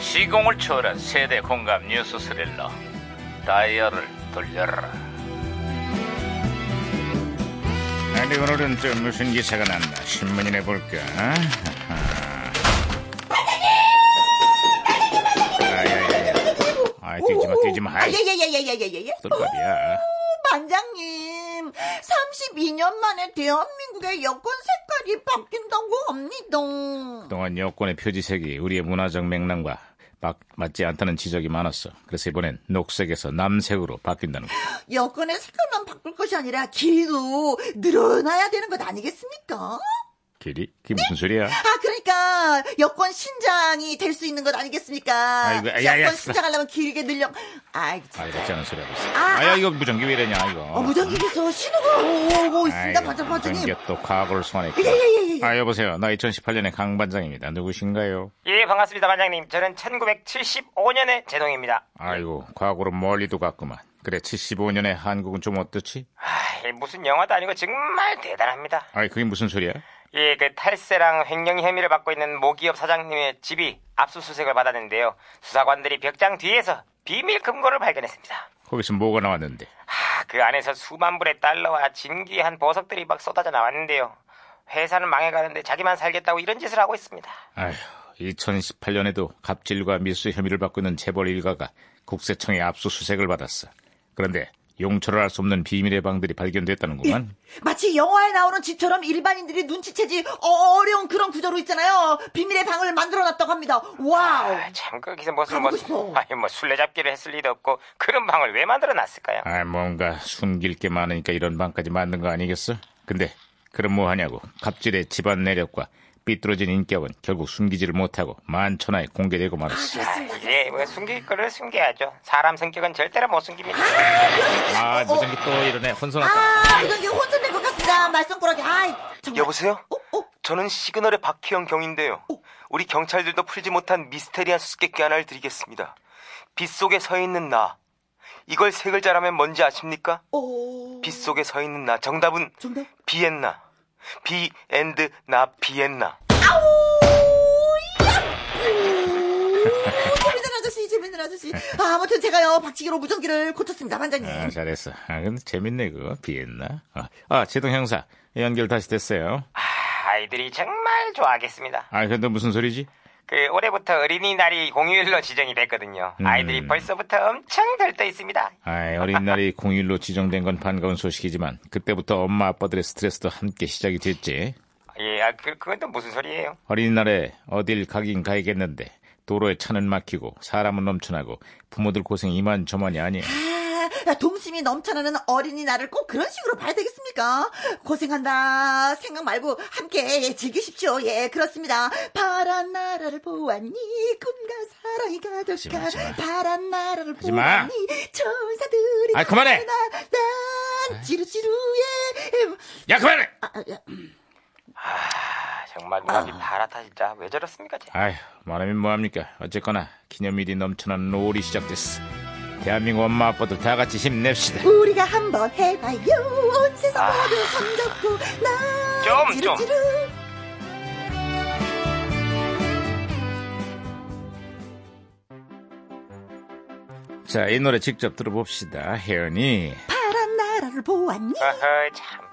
시공을 초월한 세대 공감 뉴스 스릴러 다이얼을 돌려라 아니 오늘은 또 무슨 기사가 났나 신문이나 볼까? 아하. 아야야야. 아 뛰지마 뛰지마. 아이 예, 예예예예예예예. 그 돌갑이야. 반장님, 32년 만에 대한민국의 여권 색깔이 바뀐다고 합니다. 동안 여권의 표지색이 우리의 문화적 맥락과 막- 맞지 않다는 지적이 많았어. 그래서 이번엔 녹색에서 남색으로 바뀐다는 거. 여권의 색깔만 바꿀 것이 아니라 길이도 늘어나야 되는 것 아니겠습니까? 길이? 그게 무슨 소리야? 아, 그러니까 여권 신장이 될 수 있는 것 아니겠습니까? 아이고, 야, 야, 여권 야. 신장하려면 길게 늘려. 아이, 아 진짜. 이렇지 않은 소리 하고 있어. 아, 아야 이거 무전기 왜 이러냐 이거. 어, 무전기에서 신호가 오고 있습니다, 아이고, 반장반장님. 예, 무전기 또 과거를 소환했고. 아 여보세요. 나 2018년의 강 반장입니다. 누구신가요? 예, 반갑습니다, 반장님. 저는 1975년의 제동입니다. 아이고, 과거로 멀리도 갔구만. 그래, 75년의 한국은 좀 어떻지? 아, 이 무슨 영화도 아니고 정말 대단합니다. 아이, 그게 무슨 소리야? 예, 그 탈세랑 횡령 혐의를 받고 있는 모기업 사장님의 집이 압수수색을 받았는데요. 수사관들이 벽장 뒤에서 비밀 금고를 발견했습니다. 거기서 뭐가 나왔는데? 아, 그 안에서 수만 불의 달러와 진귀한 보석들이 막 쏟아져 나왔는데요. 회사는 망해가는데 자기만 살겠다고 이런 짓을 하고 있습니다. 아휴, 2018년에도 갑질과 밀수 혐의를 받고 있는 재벌 일가가 국세청에 압수수색을 받았어. 그런데 용처를 알 수 없는 비밀의 방들이 예. 발견됐다는구만. 마치 영화에 나오는 집처럼 일반인들이 눈치채지 어려운 그런 구조로 있잖아요. 비밀의 방을 만들어 놨다고 합니다. 와우. 아, 참 거기서 무슨 가보고 싶어. 뭐, 아니 뭐 술래잡기를 했을 리도 없고 그런 방을 왜 만들어 놨을까요? 아, 뭔가 숨길 게 많으니까 이런 방까지 만든 거 아니겠어? 근데 그럼 뭐 하냐고. 갑질의 집안 내력과 삐뚤어진 인격은 결국 숨기지를 못하고 만천하에 공개되고 말았어. 그렇습니다. 예, 뭐 숨길 거를 숨겨야죠. 사람 성격은 절대로 못 숨깁니다. 아, 어. 무전기 또 이러네. 혼선하다. 아, 이건 이게 혼선된 것 같습니다. 말썽꾸러기. 아이, 정말. 여보세요? 어, 어, 저는 시그널의 박희영 경인데요. 우리 경찰들도 풀지 못한 미스테리한 수수께끼 하나를 드리겠습니다. 빗속에 서 있는 나. 이걸 세 글자라면 뭔지 아십니까? 어. 빗속에 서 있는 나. 정답은 정답. 비엔나. 비 앤드 나 비엔나. 오, 재밌는 아저씨, 재밌는 아저씨. 아, 아무튼 제가요, 박치기로 무전기를 고쳤습니다, 아, 반장님. 잘했어. 아, 근데 재밌네, 그거. 비엔나. 아, 아, 제동 형사. 연결 다시 됐어요. 아, 아이들이 정말 좋아하겠습니다. 아, 근데 무슨 소리지? 그 올해부터 어린이날이 공휴일로 지정이 됐거든요. 아이들이 벌써부터 엄청 들떠 있습니다. 아, 어린 날이 공휴일로 지정된 건 반가운 소식이지만 그때부터 엄마 아빠들의 스트레스도 함께 시작이 됐지. 예, 아, 그, 그건 또 무슨 소리예요? 어린이날에 어딜 가긴 가야겠는데 도로에 차는 막히고 사람은 넘쳐나고 부모들 고생 이만저만이 아니야. 아, 동심이 넘쳐나는 어린이날을 꼭 그런 식으로 봐야 되겠습니까? 고생한다 생각 말고 함께 즐기십시오. 예, 그렇습니다. 파란 나라를 보았니 꿈과 사랑이 가득한 하지 마, 하지 마. 파란 나라를 하지 마. 보았니 천사들이 아이, 그만해. 날아난 지루지루해 야, 그만해! 아, 아, 야. 아, 정말 눈이 파랗다 진짜. 왜 저렇습니까? 쟤? 아휴, 말하면 뭐합니까? 어쨌거나 기념일이 넘쳐나는 5월이 시작됐어. 대한민국 엄마 아빠들 다 같이 힘냅시다. 우리가 한번 해봐요 온 세상 아. 모두 손잡고 난 좀, 지루지루 자, 이 노래 직접 들어봅시다. 혜연이. 파란 나라를 보았니 어허, 참.